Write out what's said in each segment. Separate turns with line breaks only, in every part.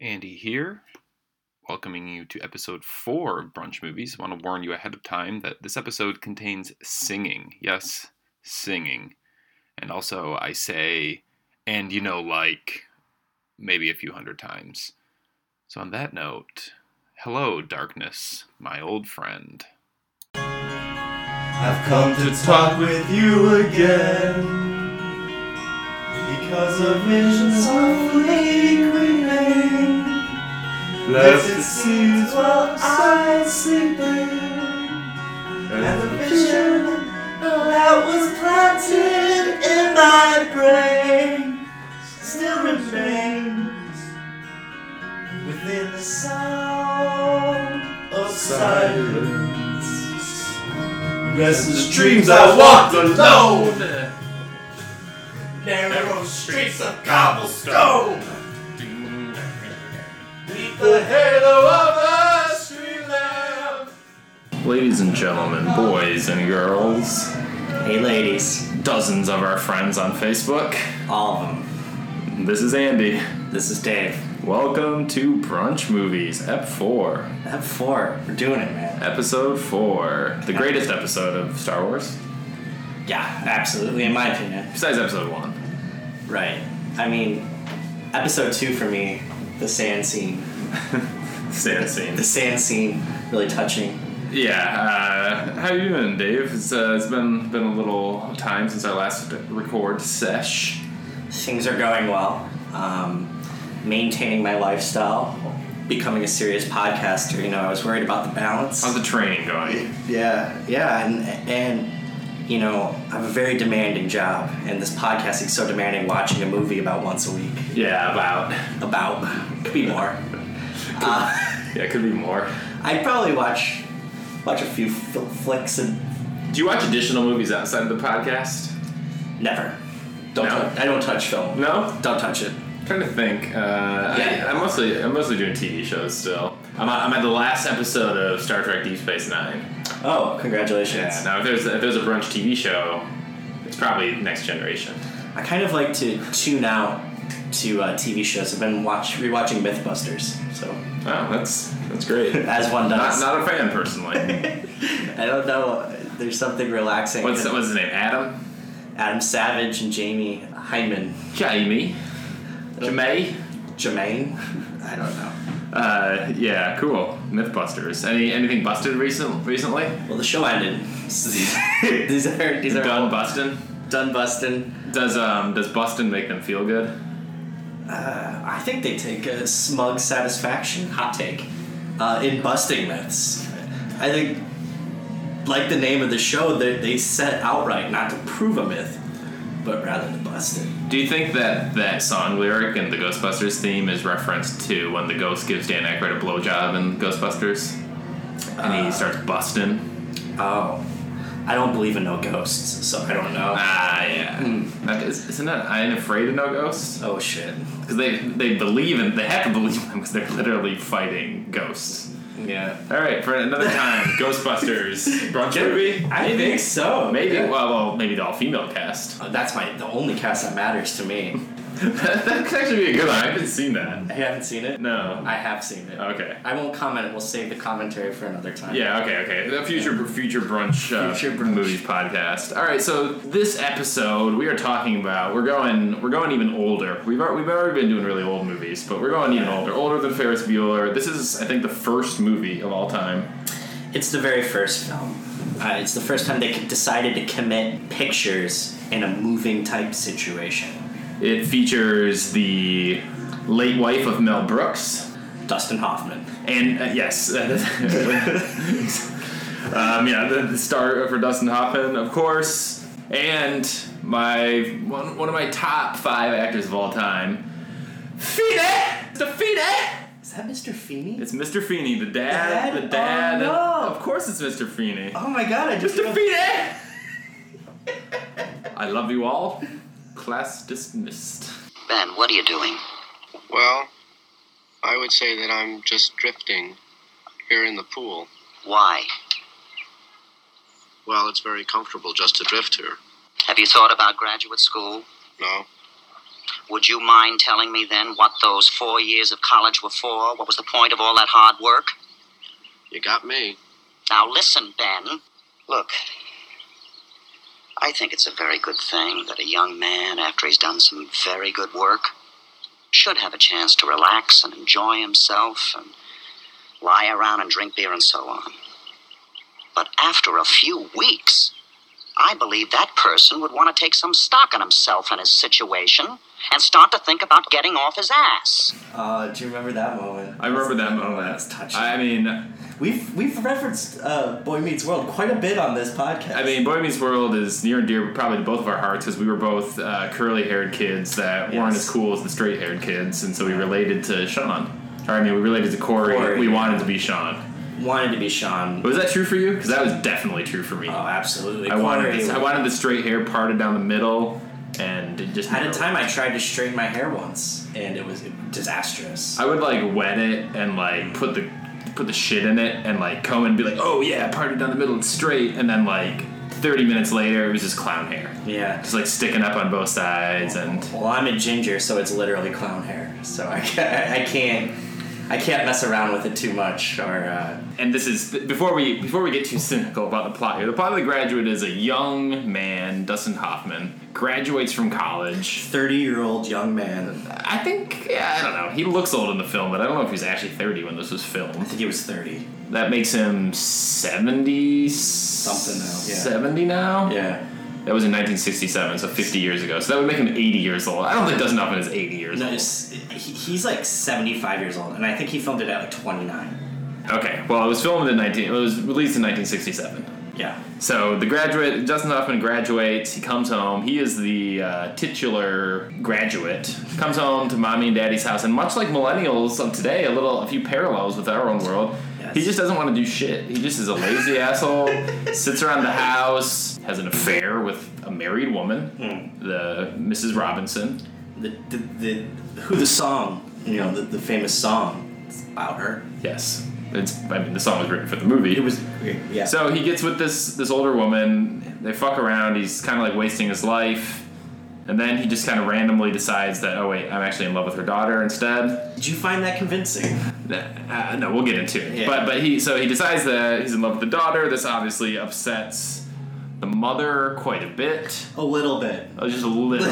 Andy here, welcoming you to episode four of Brunch Movies. I want to warn you ahead of time that this episode contains singing. Yes, singing. And also, I say, and you know, like, maybe a few hundred times. So, on that note, hello, darkness, my old friend.
I've come to talk with you again because of visions softly creeping. Lest it seems while I'm sleeping, and the vision that was planted in my brain still remains within the sound of silence. Restless dreams I walked alone. Narrow streets of cobblestone. Beneath the halo of a street lamp.
Ladies and gentlemen, boys and girls,
Hey, ladies.
dozens of our friends on Facebook.
All of them.
This is Andy.
This is Dave.
Welcome to Brunch Movies, Ep 4,
Ep 4. We're doing it, man.
Episode 4. The greatest episode of Star Wars,
Yeah, absolutely, in my opinion.
besides Episode 1.
Right. I mean, episode 2 for me, the sand scene.
Sand scene.
The sand scene, really touching.
Yeah, uh, how you doing, Dave? It's, uh, it's been been a little time since our last record sesh.
Things are going well. Um, maintaining my lifestyle, becoming a serious podcaster. You know, I was worried about the balance.
How's the training going?
Yeah, yeah, and and you know, I have a very demanding job, and this podcasting's so demanding. Watching a movie about once a week,
Yeah, about.
about could be more. Uh,
Yeah, it could be more.
I'd probably watch watch a few fl- flicks and
Do you watch additional movies outside of the podcast?
never. Don't
No?
tou- I don't touch film.
No?
Don't touch it.
Trying to think. Uh,
Yeah.
I, I'm mostly I'm mostly doing TV shows still. I'm at, I'm at the last episode of Star Trek: Deep Space Nine.
Oh, congratulations!
Now, if there's if there's a brunch TV show, it's probably Next Generation.
I kind of like to tune out to uh, TV shows. I've been watch rewatching MythBusters, so
Oh, that's that's great.
as one
not,
does.
not a fan personally.
I don't know. There's something relaxing.
what's what's his name? Adam?
Adam Savage and Jamie Hyman.
Jamie? Jamie?
Jermaine? I don't know.
Uh, yeah, cool. MythBusters. Any anything busted recent recently?
Well, the show ended. So these, these are these are
Done
all
busting?
done busting.
Does um does busting make them feel good?
Uh, I think they take a smug satisfaction. Hot take. Uh, in busting myths, I think, like the name of the show, they they set outright not to prove a myth, but rather to bust it.
Do you think that that song lyric and the Ghostbusters theme is referenced to when the ghost gives Dan Aykroyd a blowjob in Ghostbusters, and he starts busting?
Oh, I don't believe in no ghosts, so I don't know.
Ah, yeah. That is, isn't that I ain't afraid of no ghosts?
Oh shit.
Because they they believe in they have to believe them because they're literally fighting ghosts.
Yeah.
All right, for another time, Ghostbusters brunch movie.
I think so.
Maybe
Yeah.
well, well, maybe the all female cast.
Uh, That's my the only cast that matters to me.
that could actually be a good one. I haven't seen that.
I haven't seen it.
No.
I have seen it.
Okay.
I won't comment. We'll save the commentary for another time.
Yeah. Okay. Okay. The future future brunch uh,
Future brunch.
movies podcast. All right. So this episode we are talking about we're going we're going even older. We've al- we've already been doing really old movies, but we're going even older, older than Ferris Bueller. This is I think the first movie of all time.
It's the very first film. Uh, it's the first time they c- decided to commit pictures in a moving type situation.
It features the late wife of Mel Brooks.
Dustin Hoffman.
And uh, yes, um, yeah, the, the star for Dustin Hoffman, of course, and my one, one of my top five actors of all time, Feeney, Mr. Feeney.
Is that Mr. Feeney?
It's Mr. Feeney, the dad,
Dad?
the dad.
Oh, no.
Of course, it's Mr. Feeney.
oh my god! I just
Mr. Feeney. I love you all. Class dismissed.
Ben, what are you doing?
Well, I would say that I'm just drifting here in the pool.
Why?
Well, it's very comfortable just to drift here.
Have you thought about graduate school?
No,
Would you mind telling me then what those four years of college were for? What was the point of all that hard work?
You got me.
Now listen, Ben. Look, I think it's a very good thing that a young man, after he's done some very good work, should have a chance to relax and enjoy himself and lie around and drink beer and so on. But after a few weeks, I believe that person would want to take some stock in himself and his situation and start to think about getting off his ass.
Uh, do you remember that moment?
I remember that moment.
That's touching.
I mean,
we've we've referenced uh, Boy Meets World quite a bit on this podcast.
I mean, Boy Meets World is near and dear probably to both of our hearts because we were both uh, curly-haired kids that weren't
Yes.
as cool as the straight-haired kids, and so we related to Sean. Or I mean, we related to Corey.
Corey,
we
yeah.
wanted to be Sean.
wanted to be Sean.
Was that true for you? Because that was definitely true for me.
Oh, absolutely.
I wanted
Corey.
this, I wanted the straight hair parted down the middle, and it just
At a
never
time, I
worked.
tried to straighten my hair once, and it was disastrous.
I would like wet it and like put the put the shit in it and like comb it and be like, oh yeah, parted down the middle, it's straight, and then like thirty minutes later, it was just clown hair,
Yeah.
just like sticking up on both sides, and
Well, I'm a ginger, so it's literally clown hair. So I can't, I can't, I can't mess around with it too much. Or uh,
and this is before we before we get too cynical about the plot here. The plot of the graduate is a young man, Dustin Hoffman, graduates from college.
thirty-year-old young man. I
I think yeah, I don't know. He looks old in the film, but I don't know if he's actually thirty when this was filmed.
think he was thirty.
That makes him seventy something
now, yeah.
Seventy now.
Yeah.
That was in 1967, so 50 years ago. So that would make him 80 years old. I don't think Dustin Hoffman is 80 years
No, it's, he, he's like seventy-five years old, and I think he filmed it at like twenty-nine.
old. Okay. Well, it was filmed in 19. It was released in 1967.
Yeah.
So the graduate, Dustin Hoffman graduates. He comes home. He is the uh, titular graduate. Comes home to mommy and daddy's house, and much like millennials of today, a little, a few parallels with our own world. He
Yes.
just doesn't want to do shit. He just is a lazy asshole. Sits around the house, has an affair with a married woman,
Hmm.
the Mrs. Robinson.
The, the, the who the song? You know, the, the famous song. It's about her.
Yes, it's. I mean, the song was written for the movie.
It was. Yeah.
So he gets with this this older woman. They fuck around. He's kind of like wasting his life, and then he just kind of randomly decides that oh wait, I'm actually in love with her daughter instead.
Did you find that convincing?
Uh, no, we'll get into it.
Yeah.
But but he so he decides that he's in love with the daughter. This obviously upsets the mother quite a bit.
A little bit.
Oh, just a little.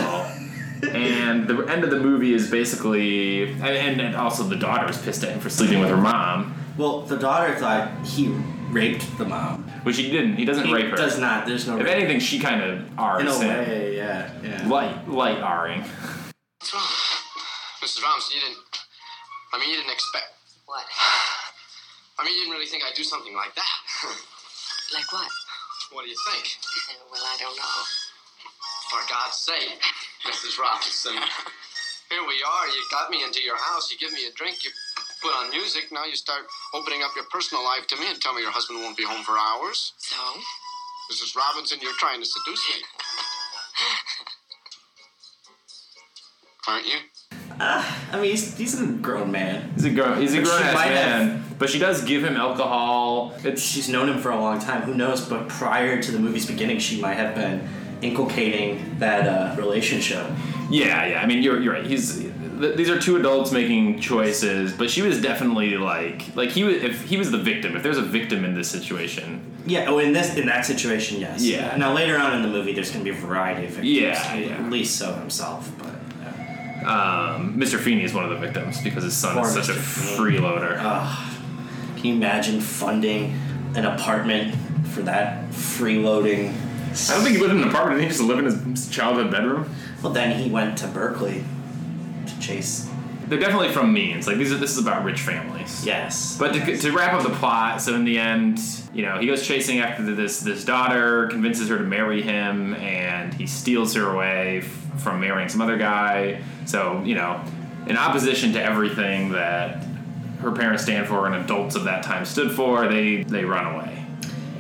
and the end of the movie is basically, and, and, and also the daughter is pissed at him for sleeping with her mom,
Well, the daughter thought he raped the mom.
which he didn't. He doesn't
He
rape her.
does not. There's no.
If
rape.
anything, she kind of R's
In a
him.
way, yeah, yeah.
Light, light Ring.
Mrs. Robinson, you didn't. I mean, you didn't expect.
What?
I mean, you didn't really think I'd do something like that.
Like what?
what do you think?
Well, I don't know.
For God's sake, Mrs. Robinson. Here we are. You got me into your house. You give me a drink. You put on music. Now you start opening up your personal life to me and tell me your husband won't be home for hours.
So?
Mrs. Robinson, you're trying to seduce me. Aren't you?
I mean, he's, he's a grown man.
He's a grown, he's a
But she
grown ass
might
man, but she does give him alcohol. It's
She's known him for a long time. Who knows? But prior to the movie's beginning, she might have been inculcating that uh, relationship.
yeah, yeah. I mean, you're you're right. He's th- these are two adults making choices, but she was definitely like like he was if he was the victim. If there's a victim in this situation,
Yeah. Oh, in this in that situation, yes.
Yeah.
Now later on in the movie, there's going to be a variety of victims.
Yeah, yeah.
At least so himself, but. uh, yeah.
um, Mr. Feeney is one of the victims because his son
Poor Uh.
is such a
Mr.
freeloader.
Can you imagine funding an apartment for that freeloading?
I don't think he lived in an apartment. Didn't he just live in his childhood bedroom?
Well, then he went to Berkeley to chase.
They're definitely from means. Like these are this is about rich families.
Yes.
But to, to wrap up the plot, so in the end, you know, he goes chasing after this this daughter, convinces her to marry him, and he steals her away f- from marrying some other guy. So you know, in opposition to everything that her parents stand for and adults of that time stood for, they they run away,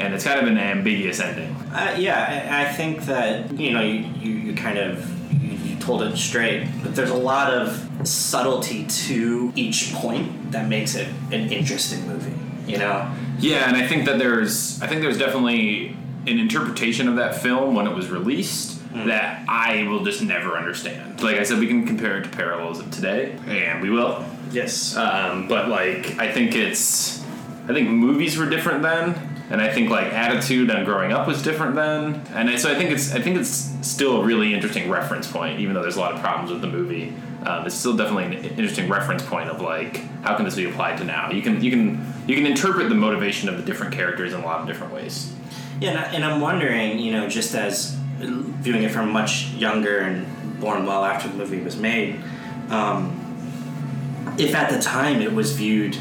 and it's kind of an ambiguous ending.
Uh, yeah, I, I think that you know you, you, you kind of you, you told it straight, but there's a lot of subtlety to each point that makes it an interesting movie. You know,
Yeah, and I think that there's I think there's definitely an interpretation of that film when it was released, that I will just never understand. Like I said, we can compare it to parallels of today, and we will.
Yes.
Um, but like, I think it's, I think movies were different then, and I think like attitude on growing up was different then, and I, so I think it's, I think it's still a really interesting reference point, even though there's a lot of problems with the movie. Um, it's still definitely an interesting reference point of like, how can this be applied to now? You can, you can, you can interpret the motivation of the different characters in a lot of different ways.
Yeah, and, I, and I'm wondering, you know, just as viewing it from much younger and born well after the movie was made, um, if at the time it was viewed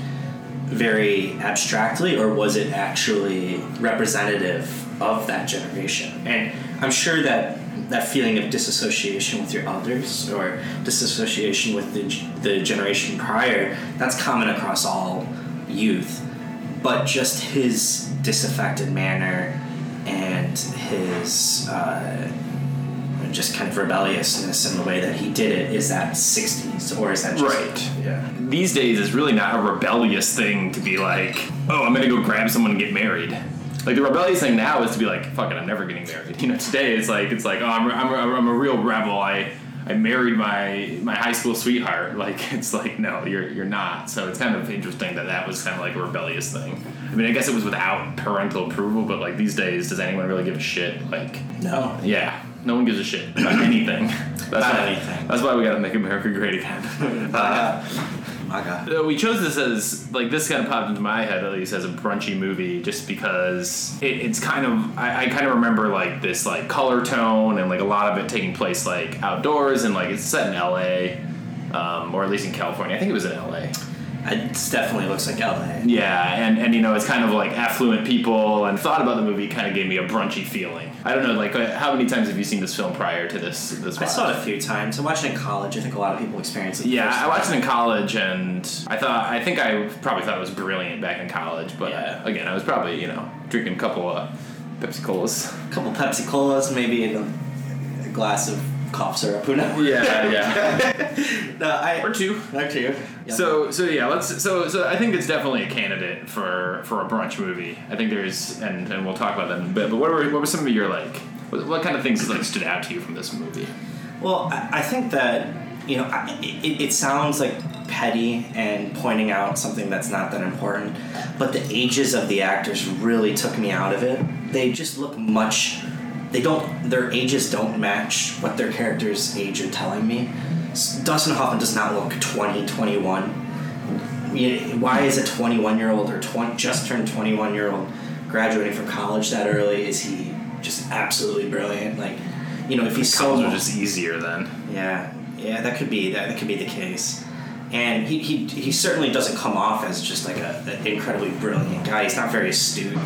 very abstractly, or was it actually representative of that generation? And I'm sure that that feeling of disassociation with your elders or disassociation with the, g- the generation prior, that's common across all youth but just his disaffected manner and his uh, just kind of rebelliousness in the way that he did it is that 60s or is that just
Right.
yeah
these days it's really not a rebellious thing to be like, oh, I'm gonna go grab someone and get married. Like the rebellious thing now is to be like, fuck it, I'm never getting married. You know, today it's like it's like, oh, I'm, I'm, I'm a real rebel. I I married my my high school sweetheart. Like it's like no, you're you're not. So it's kind of interesting that that was kind of like a rebellious thing. I mean, I guess it was without parental approval, but like these days, does anyone really give a shit? Like,
no
yeah, no one gives a shit about anything. That's
About
why-
anything.
That's why we gotta make America great again.
my god
Uh, we chose this as like this kind of popped into my head at least as a brunchy movie just because it, it's kind of I, I kind of remember like this like color tone and like a lot of it taking place like outdoors and like it's set in LA um, or at least in California I think it was in LA
it definitely looks like LA
yeah and and you know it's kind of like affluent people and thought about the movie kind of gave me a brunchy feeling I don't know like uh, how many times have you seen this film prior to this this
I
watch?
saw it a few times I watched it in college I think a lot of people experience it the
Yeah,
first
I watched it in college, and I thought I think I probably thought it was brilliant back in college. But uh,
Yeah.
again, I was probably you know drinking a couple of Pepsi colas.
time. a couple Pepsi Colas maybe and a, a glass of cough syrup who knows
Yeah, yeah,
no, I
or two.
or two Yeah.
So so yeah, let's so so I think it's definitely a candidate for for a brunch movie. I think there's and and we'll talk about that in a bit. But what were what were some of your like what, what kind of things like stood out to you from this movie?
Well, I, I think that you know I, it, it sounds like petty and pointing out something that's not that important, but the ages of the actors really took me out of it. They just look much. They don't. Their ages don't match what their characters' age are telling me. S- Dustin Hoffman does not look 20, 21 you why is a 21 year old or 20, just turned 21 year old graduating from college that early? Is he just absolutely brilliant? Like, you know, if he's so
Colors are just easier then.
yeah, yeah, that could be that, that could be the case. And he, he, he certainly doesn't come off as just like a, an incredibly brilliant guy. He's not very astute.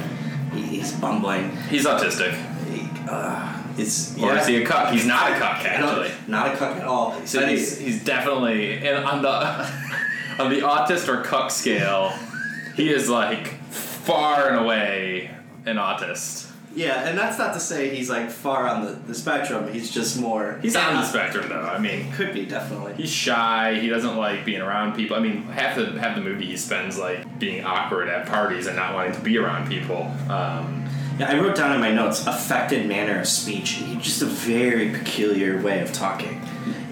He, he's bumbling.
He's autistic,
He, uh, it's
or
yeah.
is he a cuck? He's not a cuck
I don't-
actually.
not a cuck at all.
So
I think-
he's, he's definitely and on the on the autist or cuck scale, he is like far and away an autist.
yeah, and that's not to say he's like far on the, the spectrum. He's just more.
He's on the spectrum though. I mean,
Could be definitely.
he's shy. He doesn't like being around people. I mean, half the half the movie he spends like being awkward at parties and not wanting to be around people. Um,
Yeah, I wrote down in my notes affected manner of speech. Just a very peculiar way of talking.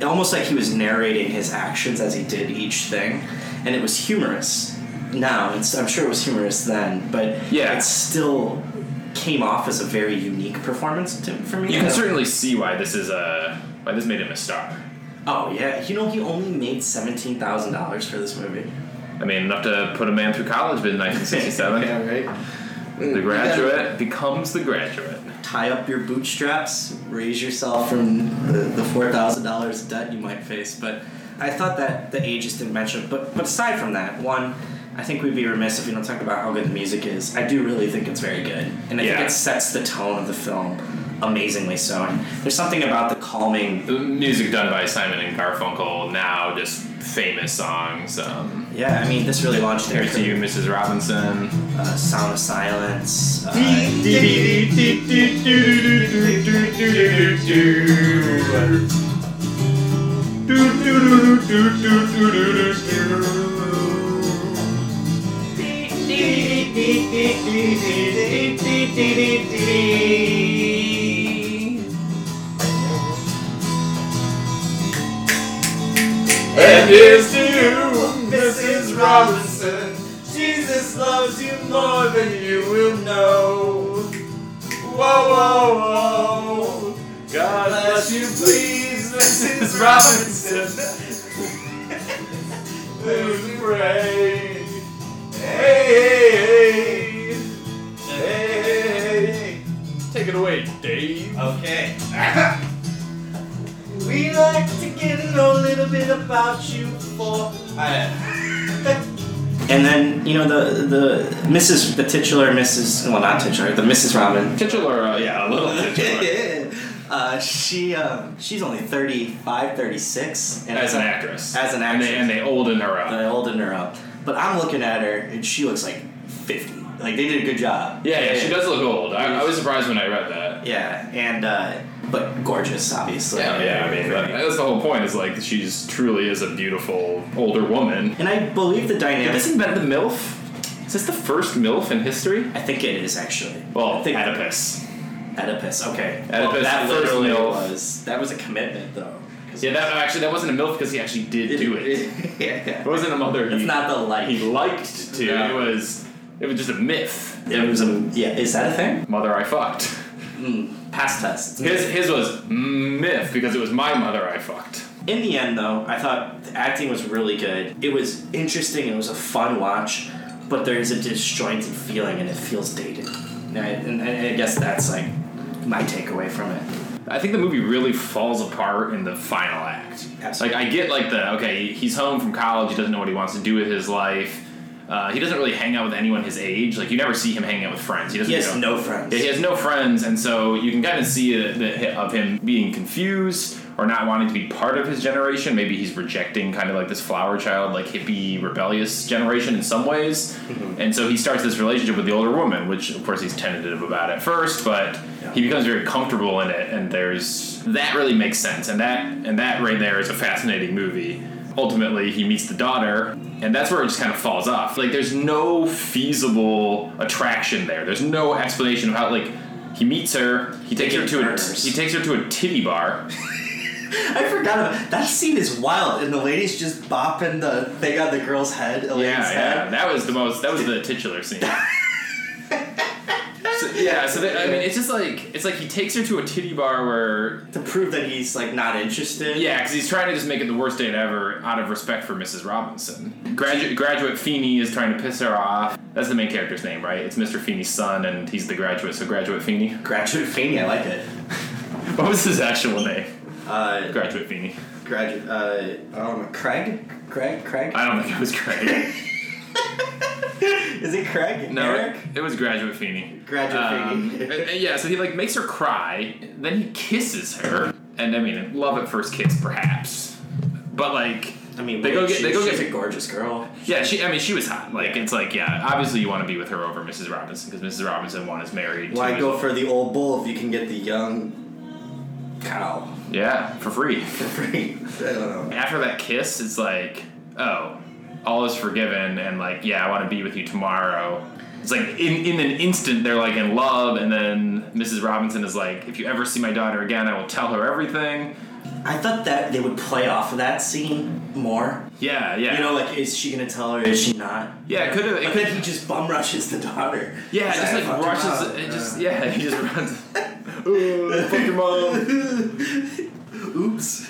Almost like he was narrating his actions as he did each thing, and it was humorous. Now, it's, I'm sure it was humorous then, but
Yeah.
it still came off as a very unique performance to, for me.
you can certainly see why this is a why this made him a star.
oh yeah, you know he only made seventeen thousand dollars for this movie.
I mean, enough to put a man through college in 1967.
right.
The graduate becomes the graduate.
Tie up your bootstraps, raise yourself from the, the four thousand dollars debt you might face. But I thought that the ages didn't match up. But but aside from that, one, I think we'd be remiss if we don't talk about how good the music is. I do really think it's very good, and I
Yeah.
think it sets the tone of the film amazingly. So, and there's something about the calming.
The music done by Simon and Garfunkel, now just famous songs. Um,
Yeah, I mean, this really launched their
Here's to You, Mrs. Robinson.
uh, Sound of Silence. Uh,
It's
it is to
you, Mrs. Robinson. Jesus loves you more than you will know. Whoa, whoa, whoa. God bless you, please, Mrs. Robinson. Please we pray. Hey, hey, hey. Hey, hey, hey, hey.
Take it away, Dave.
Okay. we like to get to know a little bit about you for.
And then you know the the Mrs. the titular Mrs. well not titular the Mrs. Robin.
Titular, uh, yeah, a little titular.
uh, she uh, she's only 35, 36. And
As an actress.
As an
And they,
actress.
and they olden her up.
I olden her up. But I'm looking at her and she looks like 50. Like they did a good job.
Yeah, yeah, she does look old. I, I was surprised when I read that.
Yeah, and uh, but gorgeous, obviously.
yeah. I mean, that, that's the whole point. Is like she's truly is a beautiful older woman.
And I believe the
Did
dynamic.
this invent the milf? Is this the first milf in history?
I think it is actually.
Well,
I think
Oedipus.
Oedipus. Okay.
Oedipus
well, that
first
literally
milf.
was that was a commitment though. 'Cause
Yeah, that actually that wasn't a milf because he actually did do it. It
yeah, yeah.
wasn't a mother.
It's
he,
not the like.
he liked to.
No.
It was it was just a myth.
It was a yeah. Is that a thing?
Mother, I fucked.
Past tense. It's-
His his was myth because it was my mother I fucked.
In the end, though, I thought the acting was really good. It was interesting. It was a fun watch, but there is a disjointed feeling, and it feels dated. And I, and I I guess that's like my takeaway from it.
I think the movie really falls apart in the final act.
Absolutely.
Like I get like the okay, he's home from college, he doesn't know what he wants to do with his life. Uh, he doesn't really hang out with anyone his age. Like you never see him hanging out with friends. He doesn't.
He has
you know-
no friends.
Yeah, he has no friends, and so you can kind of see it, the, of him being confused or not wanting to be part of his generation. Maybe he's rejecting kind of like this flower child, like hippie, rebellious generation in some ways. And so he starts this relationship with the older woman, which of course he's tentative about at first, but he becomes very comfortable in it. And there's that really makes sense, and that and that right there is a fascinating movie ultimately he meets the daughter and that's where it just kind of falls off like there's no feasible attraction there there's no explanation of how like he meets her he takes her
get
to a
burners.
he takes her to a titty bar
I forgot about that scene is wild, and the lady's just bopping the thing on the girl's head. the lady's
yeah yeah
head.
that was the most that was the titular scene So, yeah, so that, I mean, it's just like it's like he takes her to a titty bar where,
To prove that he's like not interested.
yeah, because he's trying to just make it the worst date ever out of respect for Mrs. Robinson. Graduate graduate Feeney is trying to piss her off. That's the main character's name, right? It's Mr. Feeney's son, and he's the graduate. So graduate Feeney.
Graduate Feeney, I like it.
What was his actual name?
Uh,
Graduate Feeney.
graduate. Uh, um, Craig. Craig. Craig.
I don't think it was Craig.
is it Craig?
No,
Eric.
it was Graduate Feeney.
Graduate
Um,
Feeney.
and- and yeah, so he like makes her cry, then he kisses her, and I mean, love at first kiss, perhaps, but like.
I mean,
they go
wait,
get
she-
they go
she's
get
a gorgeous girl.
yeah she I mean she was hot like it's like yeah obviously you want to be with her over Mrs Robinson because Mrs Robinson one is married two
Why
is-
go for the old bull if you can get the young cow
yeah for free
for free? I don't know.
after that kiss it's like oh all is forgiven and like yeah i want to be with you tomorrow it's like in, in an instant they're like in love and then mrs robinson is like if you ever see my daughter again i will tell her everything
I thought that they would play off of that scene more.
yeah yeah
You know, like, is she gonna tell her? Is she not?
yeah it could have it
But
could
then he just bum rushes the daughter.
yeah it
He's
just like
"I fucked your
rushes
mom."
it just yeah he just runs Ooh, fuck your mom.
Oops.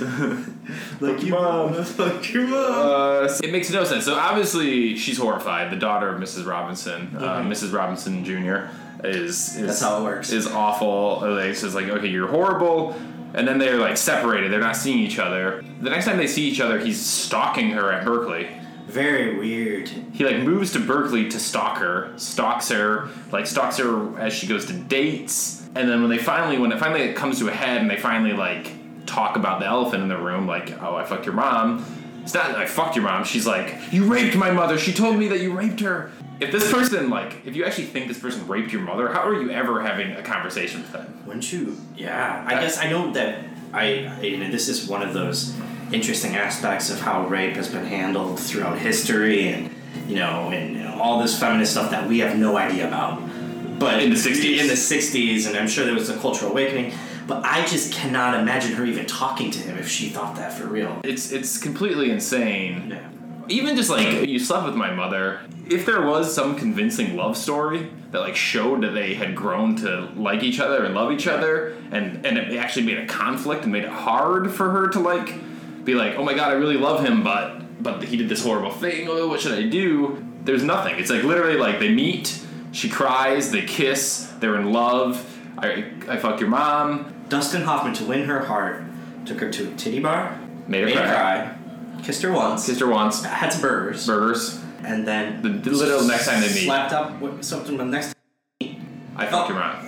like you,
mom.
Fuck your mom.
Uh, so- it makes no sense. So obviously she's horrified. The daughter of Mrs. Robinson, uh, Mrs. Robinson Jr. is, is
That's how it works.
is awful. Uh, They says like, okay, you're horrible. And then they're like separated. They're not seeing each other. The next time they see each other, he's stalking her at Berkeley.
Very weird.
He like moves to Berkeley to stalk her, stalks her, like stalks her as she goes to dates. And then when they finally, when it finally comes to a head, and they finally like talk about the elephant in the room, like, oh, I fucked your mom. It's not that I fucked your mom. She's like, you raped my mother. She told me that you raped her. If this person, like, if you actually think this person raped your mother, how are you ever having a conversation with them?
Wouldn't you? Yeah, I guess I know that I, I you know, this is one of those interesting aspects of how rape has been handled throughout history and you know and, and all this feminist stuff that we have no idea about. But
In the 60s?
in the 60s, and I'm sure there was a cultural awakening. But I just cannot imagine her even talking to him if she thought that for real.
It's it's completely insane.
Yeah.
Even just like you slept with my mother. If there was some convincing love story that like showed that they had grown to like each other and love each other, and and it actually made a conflict and made it hard for her to like be like, oh my god, I really love him, but but he did this horrible thing. Oh, what should I do? There's nothing. It's like literally like they meet, she cries, they kiss, they're in love. I I fuck your mom,
Dustin Hoffman, to win her heart, took her to a titty bar,
made her
made
cry,
her cry, kissed her once,
kissed her once,
had some burgers,
burgers.
and then
The, the little next time they meet,
slapped up with something the next Oh,
I fuck your mom.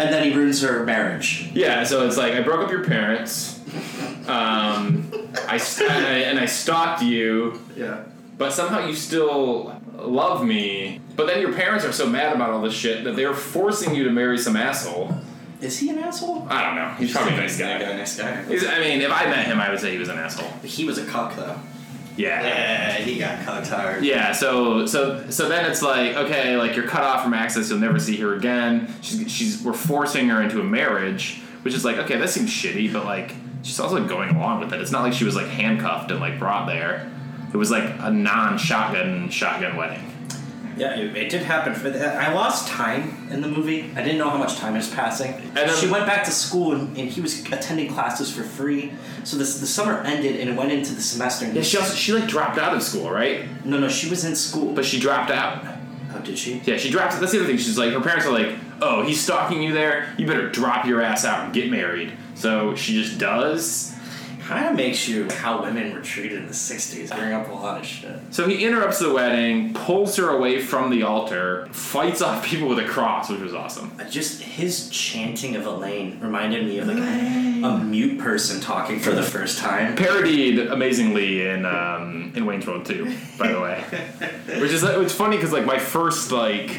And then he ruins her marriage.
Yeah, so it's like I broke up your parents, um, I, st- and I and I stalked you,
Yeah.
but somehow you still love me. But then your parents are so mad about all this shit that they're forcing you to marry some asshole.
Is he an asshole?
I don't know. He's probably a nice guy.
Nice guy.
He's, I mean, if I met him, I would say he was an asshole.
He was a cuck though.
Yeah.
Yeah, he got cucked hard.
Yeah, so so so then it's like okay, like you're cut off from access, you'll never see her again. She's she's we're forcing her into a marriage, which is like okay, that seems shitty, but like she's also going along with it. It's not like she was like handcuffed and like brought there. It was like a non-shotgun shotgun wedding.
Yeah, it, it did happen. For the, I lost time in the movie. I didn't know how much time was passing.
then-
she went back to school, and, and he was attending classes for free. So this, the summer ended, and it went into the semester. And
Yeah, she also she like dropped out of school, right?
no, no, she was in school.
But she dropped out.
oh, did she?
Yeah, she drops. That's the other thing. She's like, her parents are like, "Oh, he's stalking you there. You better drop your ass out and get married." So she just does.
Kind of makes you how women were treated in the '60s. Bring up a lot of shit.
So he interrupts the wedding, pulls her away from the altar, fights off people with a cross, which was awesome.
Uh, Just his chanting of Elaine reminded me of like a mute person talking for the first time.
Parodied amazingly in um, in Wayne's World 2, by the way, which is uh, it's funny because like my first like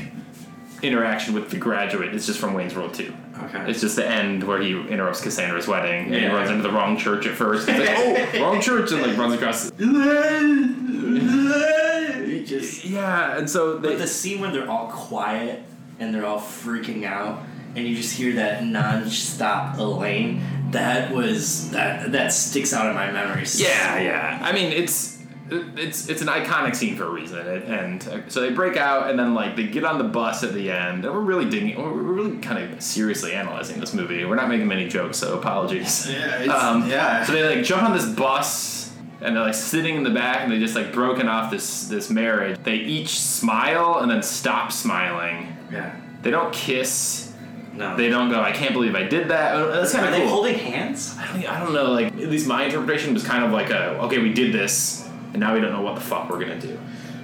interaction with the graduate is just from Wayne's World 2.
Okay.
It's just the end where he interrupts Cassandra's wedding and he
Yeah.
runs into the wrong church at first. He's like, oh, wrong church, and like runs across.
You just-
Yeah, and so they,
but the scene when they're all quiet and they're all freaking out, and you just hear that non-stop Elaine. That was that that sticks out in my memory. so
Yeah, yeah. I mean, it's it's it's an iconic scene for a reason, and, and uh, so they break out, and then like they get on the bus at the end, and we're really digging, we're we're really kind of seriously analyzing this movie. We're not making many jokes, so apologies.
Yeah, it's-
um,
yeah.
So they like jump on this bus. And they're like sitting in the back, and they just like broken off this this marriage. They each smile and then stop smiling.
yeah.
They don't kiss.
No,
They don't go. I can't believe I did that. Uh, That's kind
are
of
they
cool.
holding hands?
I don't, I don't know. Like at least my interpretation was kind of like a okay, we did this, and now we don't know what the fuck we're gonna do.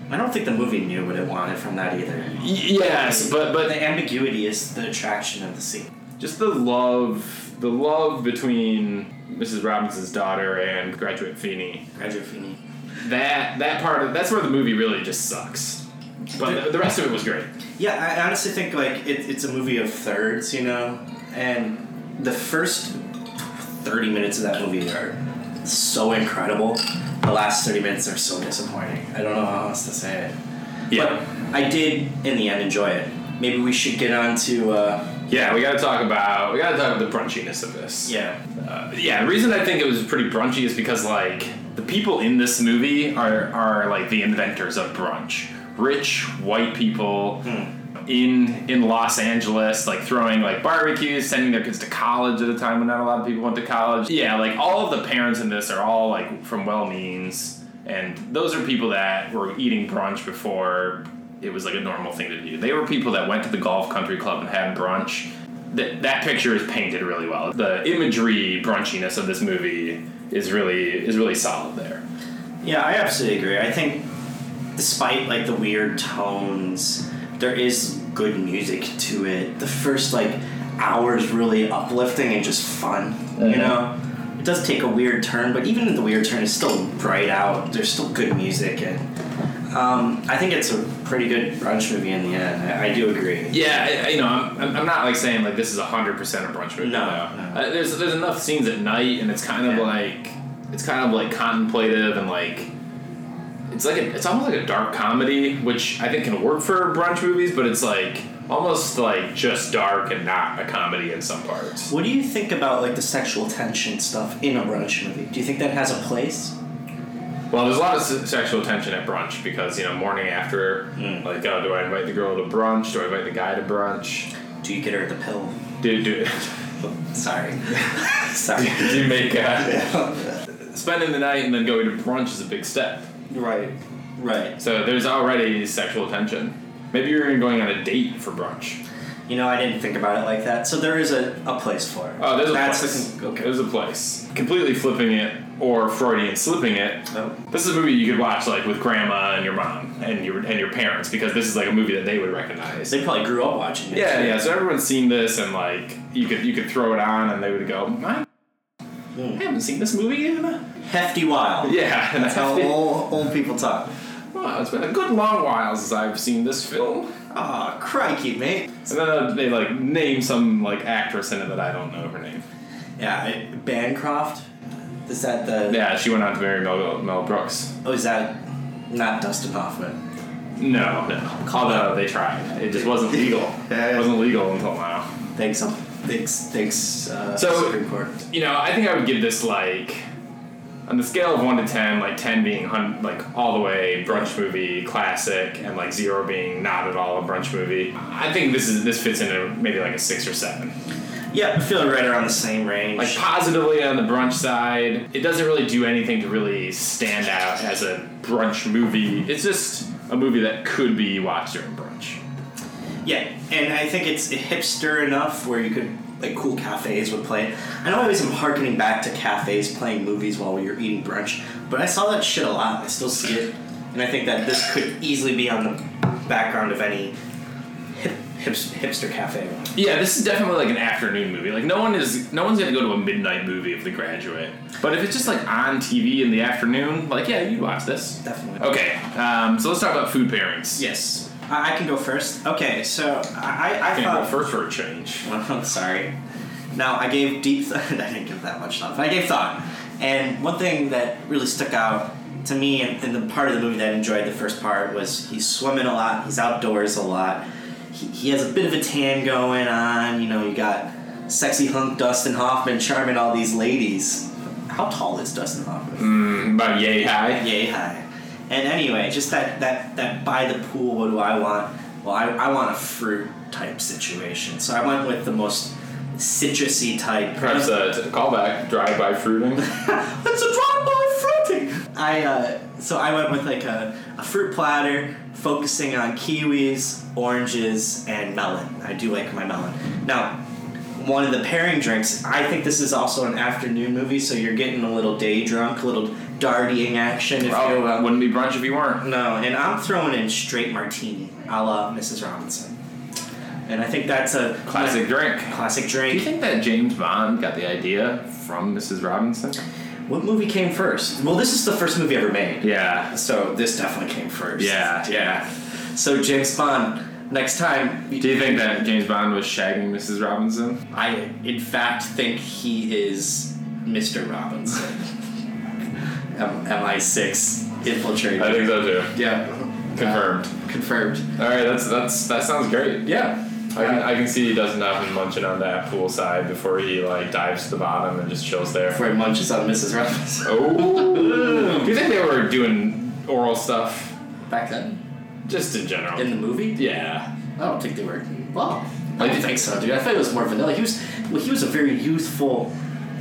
I don't think the movie knew what it wanted from that either.
Y- yes, but
But
but
the ambiguity is the attraction of the scene.
just the love, the love between Mrs. Robinson's daughter and graduate Feeney.
Graduate Feeney.
That that part of that's where the movie really just sucks. But the, the rest of it was great.
Yeah, I honestly think like it, it's a movie of thirds, you know, and the first thirty minutes of that movie are so incredible. The last thirty minutes are so disappointing. I don't know how else to say it. but I did in the end enjoy it. Maybe we should get on to uh,
yeah. We gotta talk about we gotta talk about the brunchiness of this.
yeah.
Uh, yeah, the reason I think it was pretty brunchy is because like the people in this movie are are like the inventors of brunch. Rich white people in in Los Angeles, like throwing like barbecues, sending their kids to college at a time when not a lot of people went to college. Yeah, like all of the parents in this are all like from well means and those are people that were eating brunch before it was like a normal thing to do. They were people that went to the golf country club and had brunch. That that picture is painted really well. The imagery brunchiness of this movie is really is really solid there.
Yeah, I absolutely agree. I think despite like the weird tones, there is good music to it. The first like hour is really uplifting and just fun, you know? It does take a weird turn, but even the weird turn is still bright out. There's still good music and um, I think it's a pretty good brunch movie in the end. I, I do agree.
Yeah, I, I- you know, I'm, I'm- I'm not like saying like this is hundred percent a brunch movie.
No,
though.
no.
Uh, there's there's enough scenes at night, and it's kind of
Yeah.
like it's kind of like contemplative and like it's like a, it's almost like a dark comedy, which I think can work for brunch movies, but it's like almost like just dark and not a comedy in some parts.
What do you think about like the sexual tension stuff in a brunch movie? Do you think that has a place?
Well, there's a lot of se- sexual tension at brunch because you know morning after,
Hmm.
like, oh, do I invite the girl to brunch? Do I invite the guy to brunch?
Do you get her the pill?
Do do
Sorry. Sorry.
do you make uh, spending the night and then going to brunch is a big step.
right. Right.
So there's already sexual tension. Maybe you're even going on a date for brunch.
You know, I didn't think about it like that. So there is a, a place for it.
Oh, there's a
That's
place.
The con- okay.
There's a place. Completely flipping it or Freudian slipping it.
Oh.
This is a movie you could watch like with grandma and your mom and your and your parents because this is like a movie that they would recognize.
They probably grew up watching it.
Yeah, yeah. So everyone's seen this, and like you could you could throw it on, and they would go, "I haven't seen this movie in." a-"
Hefty wild.
Yeah, and
That's how
I-
old, old people talk.
Wow, it's been a good long while since I've seen this film.
Aw, Ah, crikey, mate.
And then they like name some like actress in it that I don't know her name.
Yeah, I- Bancroft? Is that the.
Yeah, she went on to marry Mel, Mel Brooks.
Oh, is that not Dustin Hoffman?
No, no. Although they tried, it just wasn't legal.
Yeah, yeah.
It wasn't legal until now.
Thanks, um, thanks, thanks, uh,
So-
Supreme Court.
You know, I think I would give this like on the scale of one to ten, like ten being hun- like all the way brunch movie classic, and like zero being not at all a brunch movie. I think this is this fits in a, maybe like a six or seven.
Yeah, I feel right around the same range.
Like positively on the brunch side, it doesn't really do anything to really stand out as a brunch movie. It's just a movie that could be watched during brunch.
Yeah, and I think it's hipster enough where you could like cool cafes would play. it. I know I always am harkening back to cafes playing movies while we were eating brunch, but I saw that shit a lot. I still see it, and I think that this could easily be on the background of any hip, hips, hipster cafe.
Yeah, this is definitely like an afternoon movie. Like no one is no one's gonna go to a midnight movie of The Graduate. But if it's just like on TV in the afternoon, like yeah, you'd watch this.
Definitely.
Okay, um, so let's talk about food pairings.
Yes, I, I can go first. Okay, so I, I, I
Okay,
thought
well, first for a change.
I'm sorry. Now I gave deep. Th- I didn't give that much thought, but I gave thought. And one thing that really stuck out to me, and, and the part of the movie that I enjoyed the first part was he's swimming a lot. He's outdoors a lot. He, he has a bit of a tan going on. You know, you got sexy hunk Dustin Hoffman charming all these ladies. How tall is Dustin Hoffman?
About yay high.
Yay high. And anyway, just that that that by the pool. What do I want? Well, I, I want a fruit type situation. So I went with the most citrusy type.
Perhaps a t- callback, drive-by fruiting.
It's a drop by fruiting. I uh, so I went with like a, a fruit platter focusing on kiwis, oranges, and melon. I do like my melon. Now, one of the pairing drinks. I think this is also an afternoon movie, so you're getting a little day drunk, a little dartying action. If you
Probably wouldn't be brunch if you weren't.
No, and I'm throwing in straight martini, a la Mrs. Robinson. And I think that's a
Classic drink.
classic
Do you
drink.
think that James Bond got the idea from Mrs. Robinson?
What movie came first? Well, this is the first movie ever made.
Yeah.
So this definitely came first.
Yeah, yeah.
So James Bond, next time.
Do you think that James Bond was shagging Mrs. Robinson?
I, in fact, think he is Mr. Robinson. M- MI6 infiltrator.
I think so too.
yeah,
Confirmed.
confirmed.
Uh, All right, that's that's that sounds great. Yeah, I can, I can see he doesn't have him munching on that pool side before he like dives to the bottom and just chills there.
Before he munches on Mrs. Robinson.
Oh, do you think they were doing oral stuff
Back then?
just in general?
In the movie?
yeah,
I don't think they were. Well, I don't think so, dude. I thought it was more vanilla. He was, well, he was a very youthful.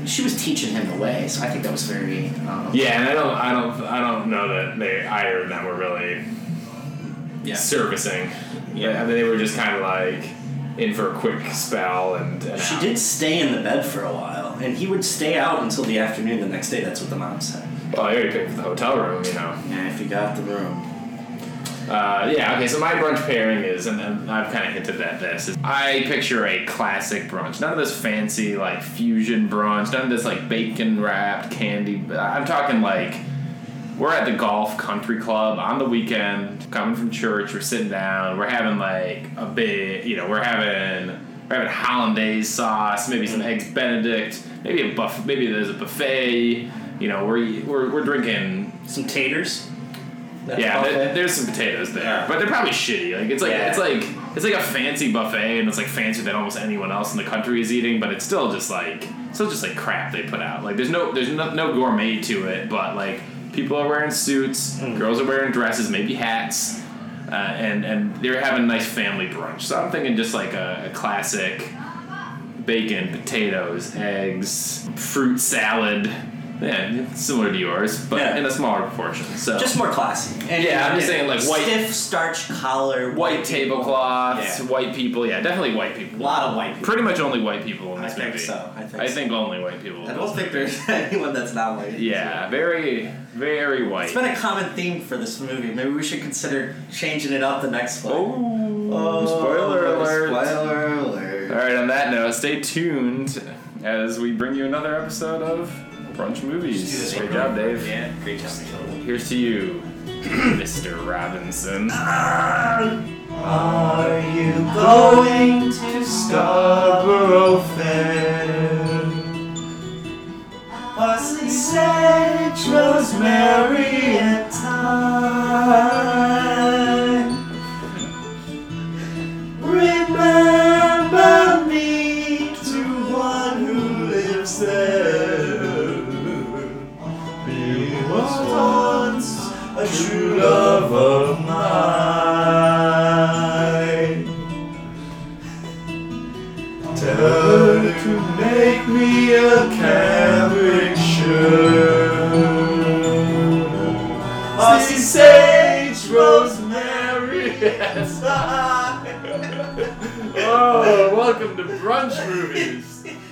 She was teaching him the way, so I think that was very. Um,
yeah, and I don't I don't I don't know that they either of them were really
yeah.
servicing. Yeah, I mean they were just kind of like in for a quick spell and, and
She
out.
did stay in the bed for a while, and he would stay out until the afternoon the next day. That's what the mom said.
Well, I already paid for the hotel room, you know.
Yeah, if you got the room.
Uh, yeah, okay, so my brunch pairing is, and and I've kind of hinted at this, is I picture a classic brunch. None of this fancy, like, fusion brunch, none of this, like, bacon wrapped candy. I'm talking, like, we're at the golf country club on the weekend, coming from church, we're sitting down, we're having, like, a big, you know, we're having. We're having hollandaise sauce, maybe some eggs Benedict, maybe a buff, maybe there's a buffet. You know, we're we're, we're drinking
Some taters. That's
Yeah,
buffet.
there- there's some potatoes there,
Yeah.
but they're probably shitty. Like it's like
Yeah.
it's like it's like a fancy buffet, and it's like fancier than almost anyone else in the country is eating. But it's still just like still just like crap they put out. Like there's no there's no, no gourmet to it, but like people are wearing suits,
Hmm.
girls are wearing dresses, maybe hats, uh, and and they're having a nice family brunch. So I'm thinking just like a, a classic bacon, potatoes, eggs, fruit salad. Yeah, similar to yours, but
Yeah.
in a smaller portion. So
Just more classy. And,
Yeah, I'm just
and
saying, like, white-
stiff starch collar,
White tablecloths,
Yeah.
white people, yeah, definitely white
A
people.
lot of white people.
Pretty much only white people in
I
this
think
movie.
so. I think
I
so.
think only white people.
I don't think there's anyone that's not white.
yeah, very, very white.
It's been a common theme for this movie. Maybe we should consider changing it up the next one.
oh,
Oh,
spoiler alert!
Spoiler alert.
All right, on that note, stay tuned as we bring you another episode of Brunch Movies. Great job, Dave.
Yeah, great job, Michael.
Here's to you, Mr. Robinson.
Are you going to Scarborough Fair? Or Sage Rosemary and Thyme? Remember me to one who lives there. He was once a true love of mine. Tell her to make me a cambric shirt. Aussie sage, rosemary, and thyme.
Oh, welcome to Brunch Movies.